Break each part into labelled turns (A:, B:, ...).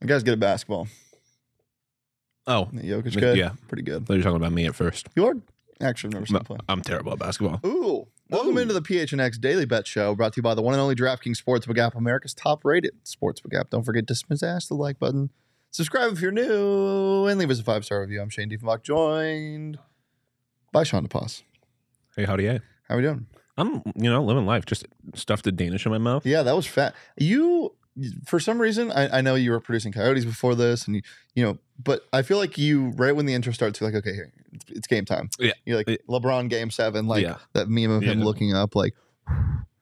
A: The guy's good at basketball.
B: Oh,
A: The Jokic good.
B: Yeah.
A: Pretty
B: I
A: good.
B: thought you were talking about me at first.
A: You are? Actually, I've never seen him play.
B: I'm terrible at basketball.
A: Ooh. Welcome into the PHNX Daily Bet Show, brought to you by the one and only DraftKings Sportsbook app, America's top-rated sportsbook app. Don't forget to smash the like button, subscribe if you're new, and leave us a five-star review. I'm Shane Diefenbach, joined by Sean DePass.
B: Hey, howdy, hey.
A: How we doing?
B: I'm, you know, living life. Just stuffed a Danish in my mouth.
A: Yeah, that was fat. You, for some reason, I, I know you were producing Coyotes before this, and you, you know, but I feel like you, right when the intro starts, you're like, okay, here, it's, it's game time.
B: Yeah.
A: You're like
B: Yeah.
A: LeBron game seven, like
B: Yeah.
A: that meme of him
B: Yeah.
A: looking up, like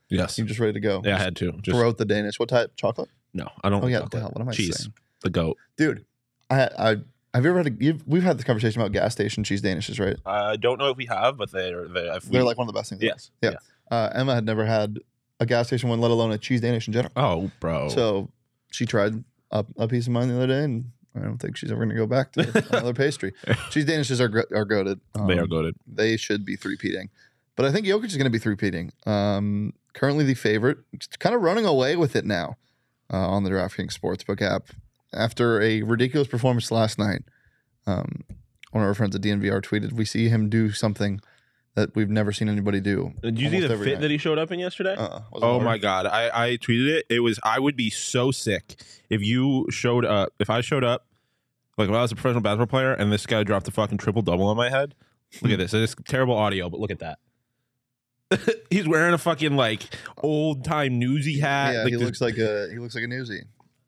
B: Yes.
A: you're just ready to go.
B: Yeah, I
A: Just
B: had to. Just
A: throw out the Danish. What type? Chocolate?
B: no. I don't.
A: Oh
B: like
A: yeah, the
B: chocolate.
A: hell, what am I
B: Cheese.
A: saying,
B: The goat.
A: dude? I I have you ever had a you've, we've had this conversation about gas station cheese danishes, right?
B: I don't know if we have, but they're they're,
A: They're like one of the best things.
B: yes.
A: Yeah. Uh, Emma had never had a gas station one, let alone a cheese danish in general.
B: Oh, bro.
A: So she tried a, a piece of mine the other day, and I don't think she's ever going to go back to another pastry. Cheese danishes are gr- are goaded. Um,
B: they are goaded.
A: They should be three peating, but I think Jokic is going to be three peating. Um, currently the favorite, kind of running away with it now uh, on the DraftKings Sportsbook app after a ridiculous performance last night. Um, one of our friends at DNVR tweeted, "We see him do something." That we've never seen anybody do.
B: Did you see
A: almost
B: the
A: every
B: fit
A: night.
B: that he showed up in yesterday?
A: Uh-uh. Was it
B: Oh
A: hard?
B: my god! I, I tweeted it. It was I would be so sick if you showed up. If I showed up, like when I was a professional basketball player, and this guy dropped a fucking triple double on my head. Look at this. It's terrible audio, but look at that. He's wearing a fucking like old time newsy hat.
A: Yeah,
B: like
A: he
B: this-
A: looks like a he looks like a newsie.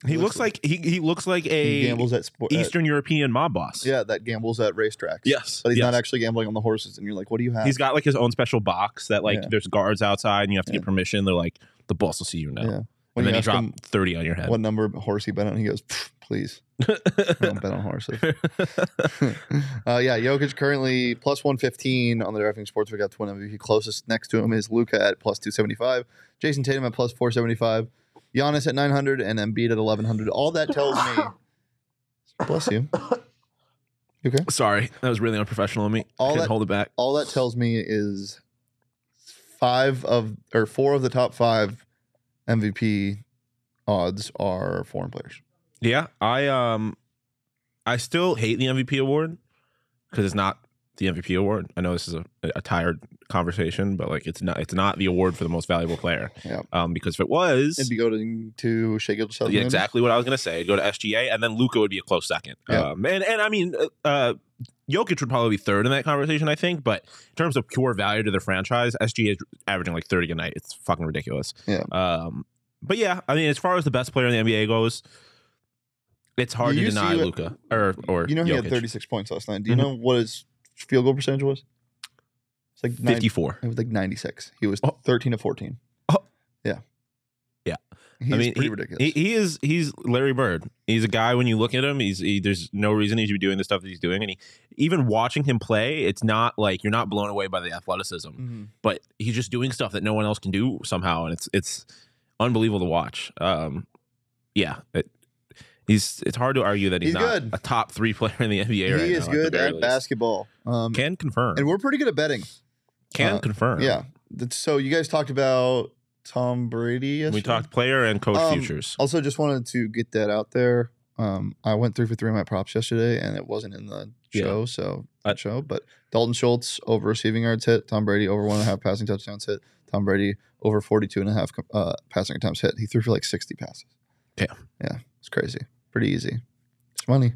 B: he looks like he he looks like
A: he
B: a
A: gambles at sport. at-
B: Eastern European mob boss.
A: Yeah, that gambles at racetracks.
B: Yes.
A: But he's
B: yes.
A: not actually gambling on the horses. And you're like, what do you have?
B: He's got like his own special box that like
A: Yeah.
B: there's guards outside and you have to
A: Yeah.
B: get permission. They're like the boss will see you now.
A: Yeah. when
B: and then
A: you
B: he
A: ask him
B: dropped thirty on your head.
A: what number horse he bet on, he goes, "Pff, please, I don't bet on horses. uh, yeah, Jokic currently plus 115 on the drafting sports. We got twin MVP. Closest next to him is Luca at plus 275, Jason Tatum at plus 475, Giannis at 900, and Embiid at 1100. All that tells me, bless you. You okay?
B: Sorry, that was really unprofessional of me.
A: All
B: I couldn't
A: that-
B: hold it back.
A: all that tells me is five of or four of the top five MVP odds are foreign players.
B: Yeah, I um, I still hate the MVP award because it's not the MVP award. I know this is a, a tired conversation, but like it's not it's not the award for the most valuable player.
A: Yeah.
B: Um, because if it was,
A: It'd be going to Shea Gildas
B: yeah, exactly what I was gonna say. Go to SGA, and then Luca would be a close second.
A: Yeah.
B: Um, and and I mean, uh, uh, Jokic would probably be third in that conversation, I think. But in terms of pure value to the franchise, SGA is averaging like thirty a night. It's fucking ridiculous.
A: Yeah.
B: Um, but yeah, I mean, as far as the best player in the NBA goes, it's hard
A: You
B: to
A: see
B: deny
A: what-
B: Luca or or
A: You know he had
B: Jokic.
A: 36 points last night. Do you
B: Mhm.
A: know what his field goal percentage was? It's like 90,
B: 54.
A: It was like 96. He was
B: Oh.
A: 13 of 14.
B: Oh.
A: Yeah.
B: Yeah.
A: He's
B: I mean,
A: pretty
B: he,
A: ridiculous.
B: he, he is he's Larry Bird. He's a guy when you look at him, he's he, there's no reason he should be doing the stuff that he's doing, and he even watching him play, it's not like you're not blown away by the athleticism,
A: Mhm.
B: but he's just doing stuff that no one else can do somehow, and it's it's unbelievable to watch. Um, yeah, it, he's it's hard to argue that he's,
A: He's
B: not
A: good.
B: a top three player in the NBA.
A: He
B: right
A: is
B: now,
A: good
B: the very
A: at
B: least.
A: basketball. Um,
B: Can confirm.
A: and we're pretty good at betting.
B: Can
A: uh,
B: confirm.
A: Yeah. That's- So you guys talked about Tom Brady yesterday.
B: we talked player and coach
A: Um,
B: futures.
A: Also, just wanted to get that out there. Um, I went three for three on my props yesterday, and it wasn't in the
B: Yeah.
A: show, so
B: I-
A: that show. But Dalton Schultz over receiving yards hit, Tom Brady over one and a half passing touchdowns hit, Tom Brady over 42 and a half uh, passing attempts hit. He threw for like 60 passes.
B: Yeah.
A: yeah, it's crazy. Pretty easy. It's money.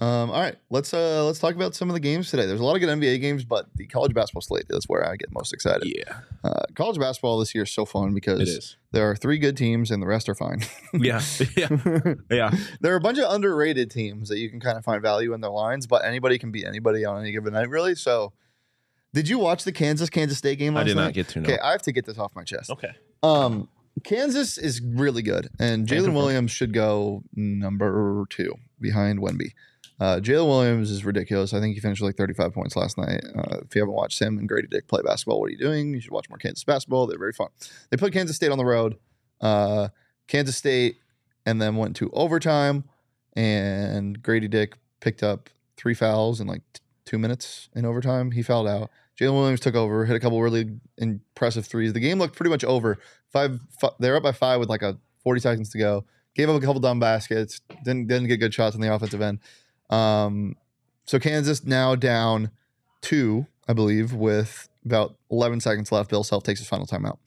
A: Um, all right, let's uh, let's talk about some of the games today. There's a lot of good NBA games, but the college basketball slate is where I get most excited.
B: Yeah,
A: Uh, college basketball this year is so fun
B: it
A: because
B: is.
A: there are three good teams and the rest are fine.
B: yeah, yeah, yeah.
A: there are a bunch of underrated teams that you can kind of find value in their lines, but anybody can beat anybody on any given night, really. So, did you watch the Kansas Kansas State game last
B: I did
A: night?
B: not get to know.
A: okay, I have to get this off my chest.
B: Okay.
A: Um, Kansas is really good, and
B: Thank you
A: Jalen
B: for-
A: Williams should go number two behind Wemby. Uh, Jalen Williams is ridiculous. I think he finished with like 35 points last night. Uh, if you haven't watched him and Grady Dick play basketball, what are you doing? You should watch more Kansas basketball. They're very fun. They put Kansas State on the road. Uh, Kansas State and then went to overtime, and Grady Dick picked up three fouls in like t- two minutes in overtime. He fouled out. Jalen Williams took over, hit a couple really impressive threes. The game looked pretty much over. 5 fi- they're up by five with like a 40 seconds to go. Gave up a couple dumb baskets. Didn't didn't get good shots on the offensive end. Um, so Kansas now down two, I believe, with about 11 seconds left. Bill Self takes his final timeout.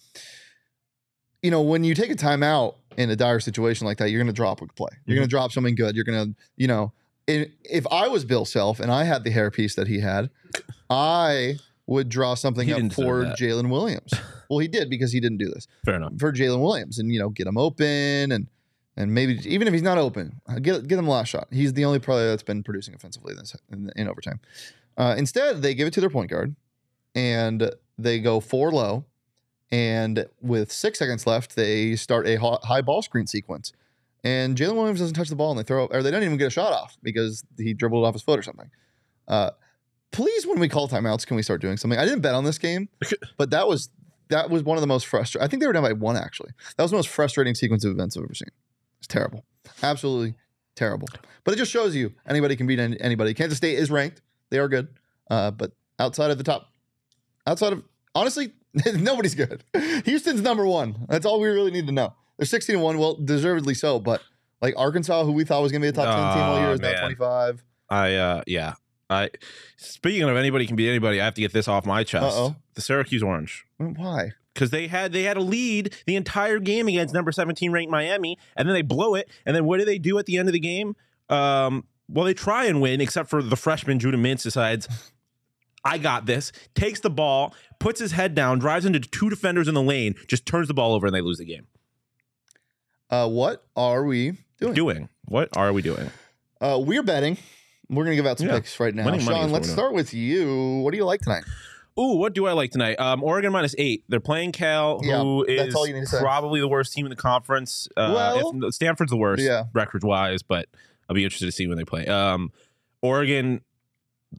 A: You know, when you take a timeout in a dire situation like that, you're going to drop a play. You're
B: Mm-hmm.
A: going to drop something good. You're going to, you know, in, if I was Bill Self and I had the hairpiece that he had, I would draw something
B: He
A: up
B: didn't deserve
A: for
B: that.
A: Jalen Williams. well, he did because he didn't do this
B: Fair enough.
A: for Jalen Williams and you know get him open and and maybe even if he's not open, uh, get get him a last shot. He's the only player that's been producing offensively this in, in overtime. Uh, instead, they give it to their point guard, and they go four low, and with six seconds left, they start a ho- high ball screen sequence, and Jalen Williams doesn't touch the ball, and they throw or they don't even get a shot off because he dribbled it off his foot or something. Uh, please, when we call timeouts, can we start doing something? I didn't bet on this game, but that was that was one of the most frustrating. I think they were down by one actually. That was the most frustrating sequence of events I've ever seen. It's terrible, absolutely terrible. But it just shows you anybody can beat any- anybody. Kansas State is ranked; they are good, uh, but outside of the top, outside of honestly, nobody's good. Houston's number one. That's all we really need to know. They're sixteen and one, well, deservedly so. But like Arkansas, who we thought was going to be a top ten team all year,
B: Aw,
A: is now
B: man.
A: twenty five.
B: I uh yeah. I speaking of anybody can be anybody, I have to get this off my chest.
A: Uh-oh.
B: The Syracuse Orange.
A: Why?
B: Because they had they had a lead the entire game against number 17 ranked Miami, and then they blow it. And then what do they do at the end of the game? Um, well, they try and win, except for the freshman Judah Mintz decides, I got this, takes the ball, puts his head down, drives into two defenders in the lane, just turns the ball over, and they lose the game.
A: Uh, what are we doing?
B: Doing what are we doing?
A: Uh, we're betting. We're gonna give out some
B: Yeah.
A: picks right now.
B: Winning money is
A: Sean,
B: what
A: let's
B: we're doing.
A: start with you. What do you like tonight?
B: Ooh, what do I like tonight? Um, Oregon minus eight. They're playing Cal, who
A: Yeah,
B: is
A: that's all you need to say.
B: probably the worst team in the conference. Uh,
A: Well-
B: if- Stanford's the worst,
A: Yeah.
B: record wise, but I'll be interested to see when they play. Um, Oregon,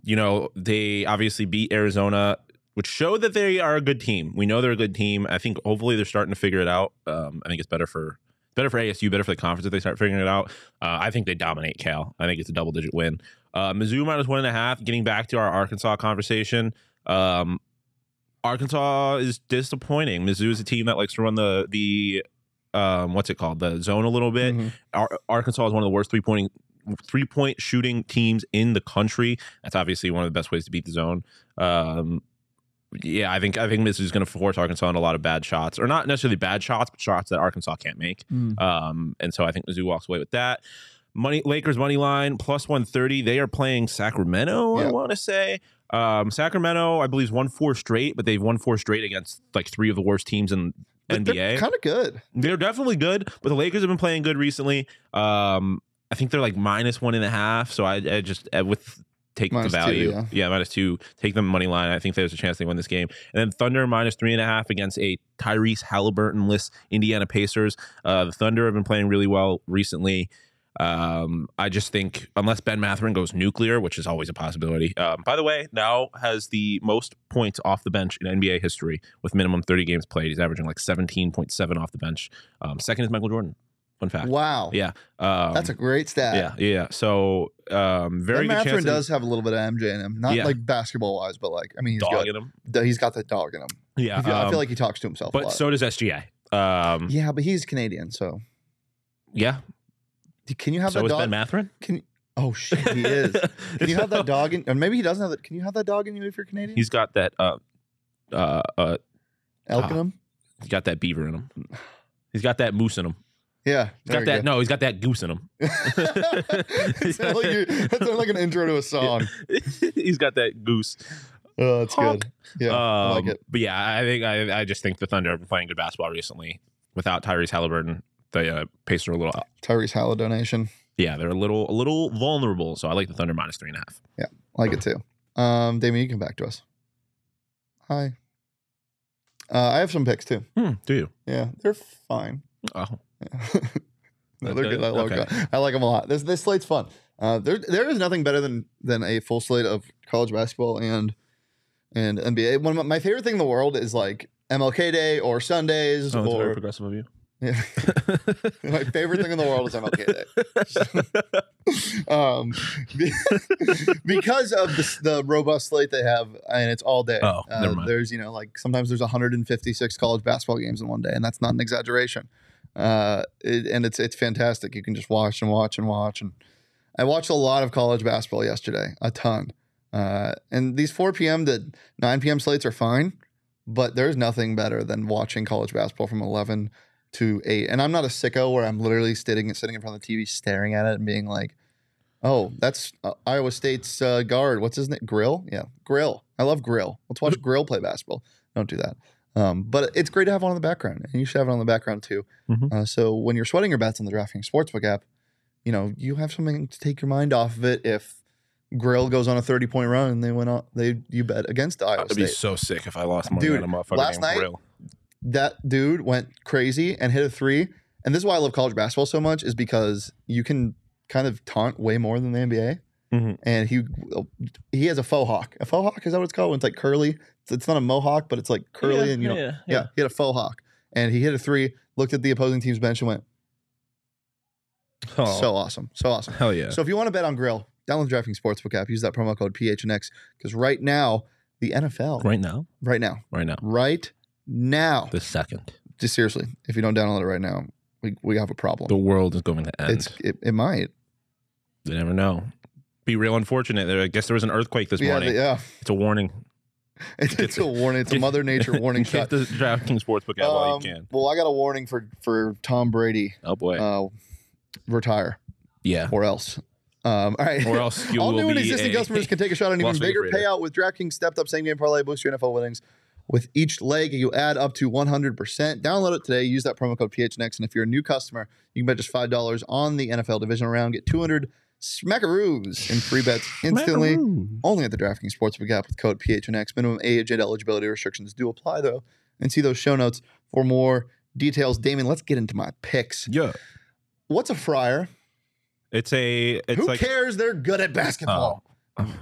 B: you know, they obviously beat Arizona, which showed that they are a good team. We know they're a good team. I think hopefully they're starting to figure it out. Um, I think it's better for better for ASU, better for the conference if they start figuring it out. Uh, I think they dominate Cal. I think it's a double digit win. Uh, Mizzou minus one and a half. Getting back to our Arkansas conversation, um, Arkansas is disappointing. Mizzou is a team that likes to run the the um, what's it called the zone a little bit.
A: Mhm.
B: Ar- Arkansas is one of the worst three pointing three point shooting teams in the country. That's obviously one of the best ways to beat the zone. Um, yeah, I think I think Mizzou is going to force Arkansas into a lot of bad shots, or not necessarily bad shots, but shots that Arkansas can't make. Um, and so I think Mizzou walks away with that. Money Lakers money line plus one thirty. They are playing Sacramento. I
A: Yeah.
B: want to say um, Sacramento. I believe is one four straight, but they've won four straight against like three of the worst teams in NBA.
A: Kind of good.
B: They're definitely good, but the Lakers have been playing good recently. Um, I think they're like minus one and a half. So I, I just uh, with take
A: Minus two,
B: the value,
A: yeah.
B: minus two. Take the money line. I think there's a chance they win this game. And then Thunder minus three and a half against a Tyrese Halliburton-less Indiana Pacers. Uh, the Thunder have been playing really well recently. Um, I just think unless Ben Matherin goes nuclear, which is always a possibility. Um, by the way, now has the most points off the bench in NBA history with minimum 30 games played. He's averaging like 17.7 off the bench. Um, second is Michael Jordan. Fun fact.
A: Wow.
B: Yeah. Um,
A: That's a great stat.
B: yeah, yeah. So um,
A: ben
B: very good chance
A: Matherin
B: that
A: does have a little bit of MJ in him, not
B: Yeah.
A: like basketball wise, but like I mean,
B: he's
A: he's
B: dogging
A: good.
B: him.
A: D- He's got that dog in him.
B: Yeah,
A: I, feel, I
B: um,
A: feel like he talks to himself. a
B: But
A: lot.
B: so does SGA. Um, yeah,
A: yeah, but he's Canadian, so D- can you have
B: So
A: that
B: is
A: dog?
B: Ben Matherin.
A: Can oh shit, he is. Can you have that dog in? Or maybe he doesn't have that. Can you have that dog in you if you're Canadian?
B: He's got that. Uh, uh, uh,
A: elk in
B: ah.
A: him.
B: he's got that beaver in him. He's got that moose in him.
A: Yeah,
B: He's
A: there
B: got that. No, he's got that goose in him.
A: you go. It sounded like you- that sounded like an intro to a song.
B: he's got that goose.
A: Oh, that's
B: Honk.
A: good. Yeah, I like
B: Um,
A: it.
B: But yeah, I think I, I just think the Thunder have been playing good basketball recently. Without Tyrese Halliburton, the uh, Pacers are a little.
A: Tyrese Halla donation.
B: Yeah, they're a little a little vulnerable. So I like the Thunder minus three and a half.
A: like it too. Um, Damien, you can come back to us. Hi. Uh, I have some picks too.
B: Hmm, do you?
A: Yeah, they're fine.
B: Oh,
A: no, they're
B: Okay,
A: good. I like,
B: okay.
A: I like them a lot. This this slate's fun. Uh, there there is nothing better than than a full slate of college basketball and and NBA. One of my, my favorite thing in the world is like MLK Day or Sundays
B: that's very
A: or
B: progressive of you.
A: Yeah. My favorite thing in the world is MLK Day. um, be- because of the, the robust slate they have, and it's all day. Uh,
B: Oh, never mind.
A: There's, you know, like sometimes there's 156 college basketball games in one day, and that's not an exaggeration. Uh, it, and it's it's fantastic. You can just watch and watch and watch. And I watched a lot of college basketball yesterday, a ton. Uh, and these 4 p.m. to 9 p.m. slates are fine, but there's nothing better than watching college basketball from 11 to eight. And I'm not a sicko where I'm literally sitting sitting in front of the TV, staring at it and being like, "Oh, that's uh, Iowa State's uh, guard. What's his name? Grill? Yeah, Grill. I love Grill. Let's watch Grill play basketball. Don't do that. Um, but it's great to have one in the background, and you should have it on the background too.
B: Mhm.
A: Uh, so when you're sweating your bets on the Drafting Sportsbook app, you know you have something to take your mind off of it. If Grill goes on a 30 point run and they went on, they you bet against Iowa
B: I'd be
A: State.
B: so sick if I lost money
A: Dude,
B: on a motherfucker
A: last
B: named
A: night-
B: Grill.
A: that dude went crazy and hit a three. And this is why I love college basketball so much is because you can kind of taunt way more than the NBA.
B: Mhm.
A: And he he has a faux hawk. A faux hawk is that what it's called? When it's like curly. It's- It's not a mohawk, but it's like curly, and you know, yeah, he had a faux hawk, and he hit a three. Looked at the opposing team's bench and went,
B: Oh,
A: "So awesome, so awesome."
B: hell yeah.
A: So if you want to bet on Grill, download the Drafting Sportsbook app. Use that promo code PHNX because right now the NFL,
B: right now,
A: right now,
B: right now,
A: right now,
B: the second,
A: just seriously, if you don't download it right now, we, we have a problem.
B: the world is going to end.
A: it's it, it might.
B: you never know. Be real unfortunate. There, I guess there was an earthquake this
A: yeah,
B: morning.
A: yeah.
B: It's a warning.
A: It's, it's a warning. It's a Mother Nature warning
B: Get
A: shot.
B: the DraftKings Sportsbook out while you
A: Um,
B: can.
A: Well, I got a warning for for Tom Brady.
B: Oh boy.
A: Uh, retire
B: yeah.
A: or else. Um, all right.
B: Or else you
A: All
B: will
A: new and
B: be
A: existing
B: a-
A: customers can take a shot on even
B: Las Vegas
A: bigger
B: Raider.
A: payout with DraftKings stepped up same game parlay boost your NFL winnings. With each leg, you add up to 100%. Download it today. Use that promo code PHNX. And if you're a new customer, you can bet just $5 on the NFL division round. Get 200 smackaroos in free bets instantly. Only at the DraftKings Sportsbook app with code PHNX. Minimum age and eligibility restrictions do apply, though. And see those show notes for more details. Damon, let's get into my picks.
B: Yeah.
A: What's a fryer?
B: It's a. It's
A: Who
B: like oh,
A: cares? They're good at basketball.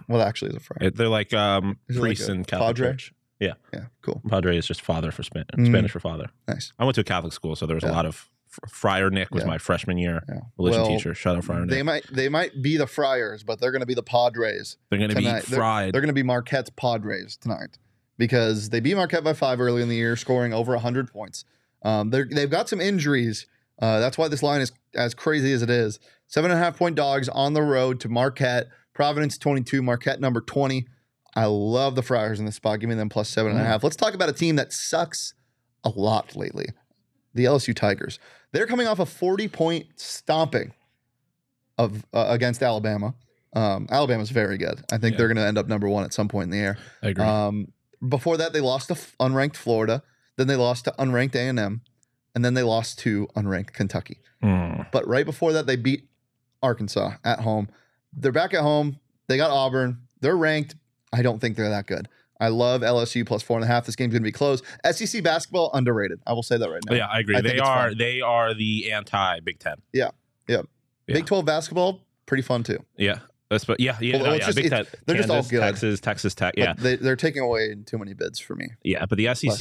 A: Well, actually, it's a fryer.
B: it, they're like um
A: Is it like
B: priests
A: a
B: in Catholic
A: padre?
B: Church. Yeah,
A: Yeah, cool.
B: padre is just father for Span-
A: Mm.
B: Spanish for father.
A: Nice.
B: I went to a Catholic school, so there was
A: Yeah.
B: a lot of Fr- Friar Nick was
A: Yeah.
B: my freshman year
A: Yeah.
B: religion
A: Well,
B: teacher. Shout out Friar Nick.
A: They might they might be the Friars, but they're going to be the Padres.
B: They're gonna
A: tonight,
B: be fried.
A: They're going to be Marquette's Padres tonight because they beat Marquette by five early in the year, scoring over 100 points. Um, they're- they've got some injuries. Uh, that's why this line is as crazy as it is. Seven and a half point dogs on the road to Marquette. Providence 22, Marquette number 20. I love the Friars in this spot. Give me them plus seven and a
B: Mm.
A: half. Let's talk about a team that sucks a lot lately the LSU Tigers. They're coming off a 40 point stomping of uh, against Alabama. Um, Alabama's very good. I think
B: Yeah.
A: they're going to end up number one at some point in the air.
B: I agree.
A: Um, before that, they lost to f- unranked Florida. Then they lost to unranked A and M, and then they lost to unranked Kentucky.
B: Mm.
A: But right before that, they beat Arkansas at home. They're back at home. They got Auburn. They're ranked. I don't think they're that good. I love LSU plus four and a half. This game's going to be close. SEC basketball underrated. I will say that right now.
B: Oh, Yeah, I agree.
A: I think
B: they
A: it's
B: are
A: fun.
B: they are the anti Big Ten. yeah.
A: Big Twelve basketball pretty fun too.
B: Yeah. That's but yeah, yeah,
A: Well,
B: no,
A: it's
B: yeah.
A: just-
B: Big Ten.
A: it's- they're just all
B: Kansas,
A: good.
B: Texas, Texas Tech.
A: But
B: Yeah,
A: they, they're taking away too many bids for me.
B: yeah. But the SEC
A: Plus,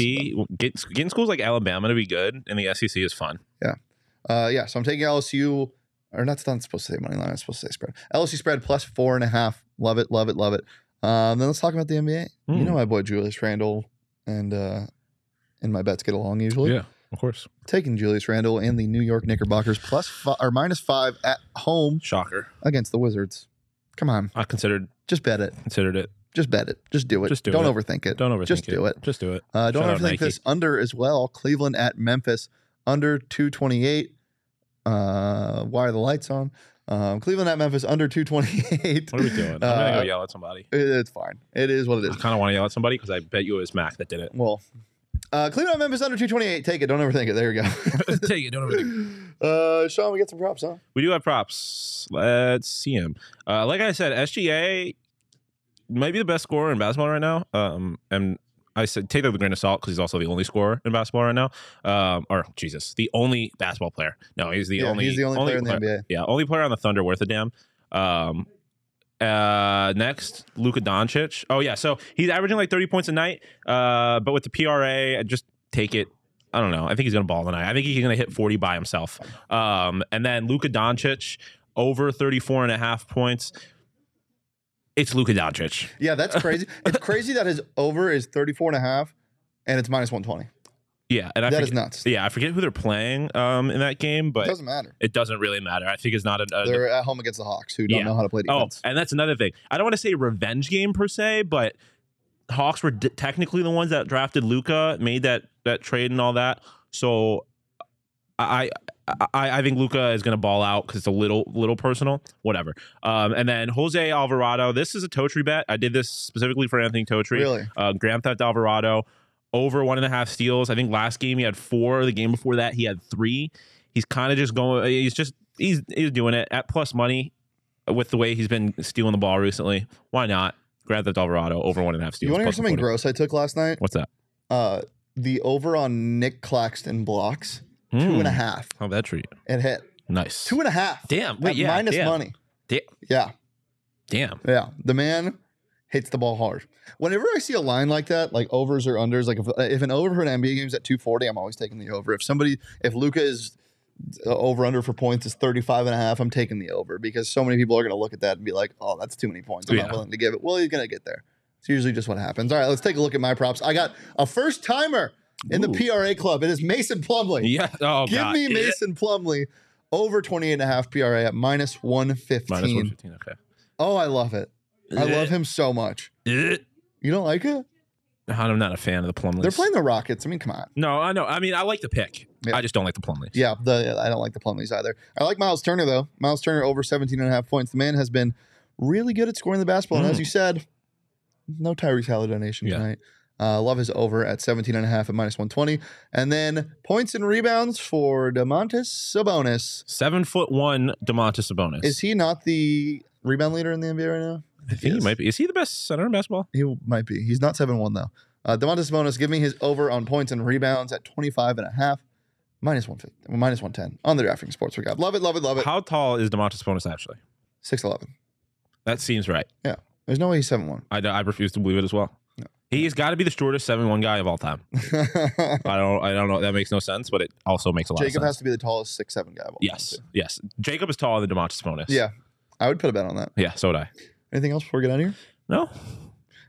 B: getting, getting schools like Alabama to be good, and the SEC is fun.
A: Uh, yeah, so I'm taking LSU, or not, it's not supposed to say money line. It's supposed to say spread. LSU spread plus four and a half. Love it, love it, love it. Um, then let's talk about the NBA. You
B: Mm.
A: know my boy Julius Randle and uh, and my bets get along usually.
B: Yeah, of course.
A: Taking Julius Randle and the New York Knickerbockers plus fi- or minus five at home
B: Shocker.
A: against the Wizards. Come on,
B: I considered
A: just bet it.
B: considered it.
A: Just bet it. Just do it.
B: Just do
A: Don't
B: it.
A: overthink it.
B: Don't overthink
A: Just do it.
B: Just do it.
A: Uh, don't
B: Shout out
A: overthink
B: Nike.
A: this under as well. Cleveland at Memphis under 228. Uh, why are the lights on? Um, Cleveland at Memphis under 228.
B: What are we doing? I'm gonna go
A: Uh,
B: yell at somebody.
A: it- it's fine. It is what it
B: I
A: is.
B: kind of want to yell at somebody because I bet you it was Mac that did it.
A: Well, uh, Cleveland at Memphis under 228. Take it. Don't overthink it. There you
B: Take it. Don't
A: go. uh, Sean, we got some props, huh?
B: We do have props. Let's see him. Uh, like I said, SGA might be the best scorer in basketball right now. Um, and I said take that with a grain of salt because he's also the only scorer in basketball right now. Um, or Jesus, the only basketball player. No, he's the
A: Yeah,
B: only.
A: he's the only, player in the NBA.
B: Yeah, only player on the Thunder worth a damn. Um, uh, next, Luka Doncic. Oh yeah, so he's averaging like thirty points a night. Uh, but with the PRA, I just take it. I don't know. I think he's gonna ball tonight. I think he's gonna hit 40 by himself. Um, and then Luka Doncic over 34 and a half points. It's Luka Doncic.
A: Yeah, that's crazy. it's crazy that his over is 34 and a half and it's minus 120.
B: Yeah, and I
A: That
B: forget,
A: is nuts.
B: yeah, I forget who they're playing um, in that game,
A: It
B: but
A: doesn't matter.
B: it doesn't really matter. I think it's not a, a
A: They're at home against the Hawks who don't
B: Yeah.
A: know how to play
B: Oh,
A: defense.
B: and that's another thing. I don't want to say revenge game per se, but Hawks were d- technically the ones that drafted Luca, made that that trade and all that. So I I I, I think Luca is going to ball out because it's a little little personal, whatever. Um, and then Jose Alvarado. This is a Totri bet. I did this specifically for Anthony Totri.
A: really?
B: Uh, Grand Theft Alvarado over one and a half steals. I think last game he had four. The game before that he had three. He's kind of just going. He's just he's he's doing it at plus money with the way he's been stealing the ball recently. Why not? Grand Theft Alvarado over one and a half steals.
A: You want to hear
B: plus
A: something
B: 140.
A: gross I took last night?
B: What's that?
A: Uh, the over on Nick Claxton blocks, two and a half.
B: Oh, that treat.
A: It hit.
B: Nice.
A: Two and a half.
B: damn. Wait,
A: at
B: yeah.
A: minus
B: damn,
A: money.
B: Da-
A: Yeah.
B: Damn.
A: Yeah, the man hits the ball hard. Whenever I see a line like that, like overs or unders, like if, if an over for an NBA game is at 240, I'm always taking the over. If somebody, if Luca is uh, over under for points is 35 and a half, I'm taking the over because so many people are going to look at that and be like, oh, that's too many points. I'm
B: Yeah.
A: not willing to give it. Well, he's going to get there. It's usually just what happens. All right, let's take a look at my props. I got a first timer in
B: Ooh.
A: the PRA club. It is Mason Plumley.
B: Yeah. Oh
A: Give
B: god.
A: me Mason Plumley over 28 and a half PRA at minus 115.
B: Minus one fifteen. Okay.
A: Oh, I love it. I love him so much.
B: him.
A: You don't like it?
B: I'm not a fan of the Plumleys.
A: They're playing the Rockets. I mean, come on.
B: No, I know. I mean, I like the pick.
A: Yeah.
B: I just don't like the Plumleys.
A: Yeah, the, I don't like the Plumleys either. I like Miles Turner, though. Miles Turner over 17 and a half points. The man has been really good at scoring the basketball. And
B: Mm.
A: as you said, no Tyrese Halliday donation
B: Yeah.
A: tonight. Uh, love his over at 17 and a half at minus 120. And then points and rebounds for DeMontis Sabonis.
B: Seven foot one, Demontis Sabonis.
A: Is he not the rebound leader in the NBA right now?
B: I think he might be. Is he the best center in basketball?
A: He might be. He's not 7 1, though. Uh, DeMontis Sabonis giving his over on points and rebounds at 25 and a half, minus 150, minus 110 on the drafting sports we got. Love it, love it, love it.
B: How tall is Demontis Sabonis actually?
A: 6'11.
B: That seems right.
A: There's no way he's 7 1.
B: I, I refuse to believe it as well.
A: No.
B: He's got to be the shortest seven one guy of all time. I don't. I don't know. That makes no sense, but it also makes a lot
A: Jacob
B: of sense.
A: has to be the tallest 6 7 guy. of all time,
B: yes,
A: too.
B: yes. Jacob is taller than Demontis Sabonis.
A: Yeah. I would put a bet on that.
B: yeah. So would I.
A: Anything else before we get out of here?
B: No.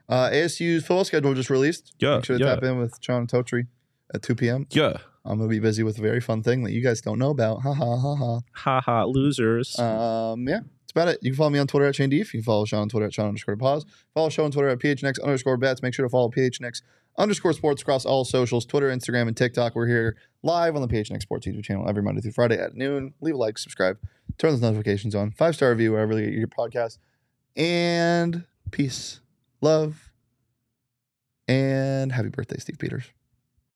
A: Uh, ASU's football schedule just released.
B: Yeah.
A: Make sure to
B: Uh, yeah.
A: tap in with John Totri at 2 p.m.
B: Yeah.
A: I'm going to be busy with a very fun thing that you guys don't know about. Ha ha ha ha.
B: Ha ha. Losers.
A: Um, yeah, that's about it. You can follow me on Twitter at Shane Deef. You can follow Sean on Twitter at Sean underscore pause. Follow Sean on Twitter at PHNX underscore bets. Make sure to follow PHNX underscore sports across all socials Twitter, Instagram, and TikTok. We're here live on the PHNX Sports YouTube channel every Monday through Friday at noon. Leave a like, subscribe, turn those notifications on. Five star review wherever you get your podcast. And peace, love, and happy birthday, Steve Peters.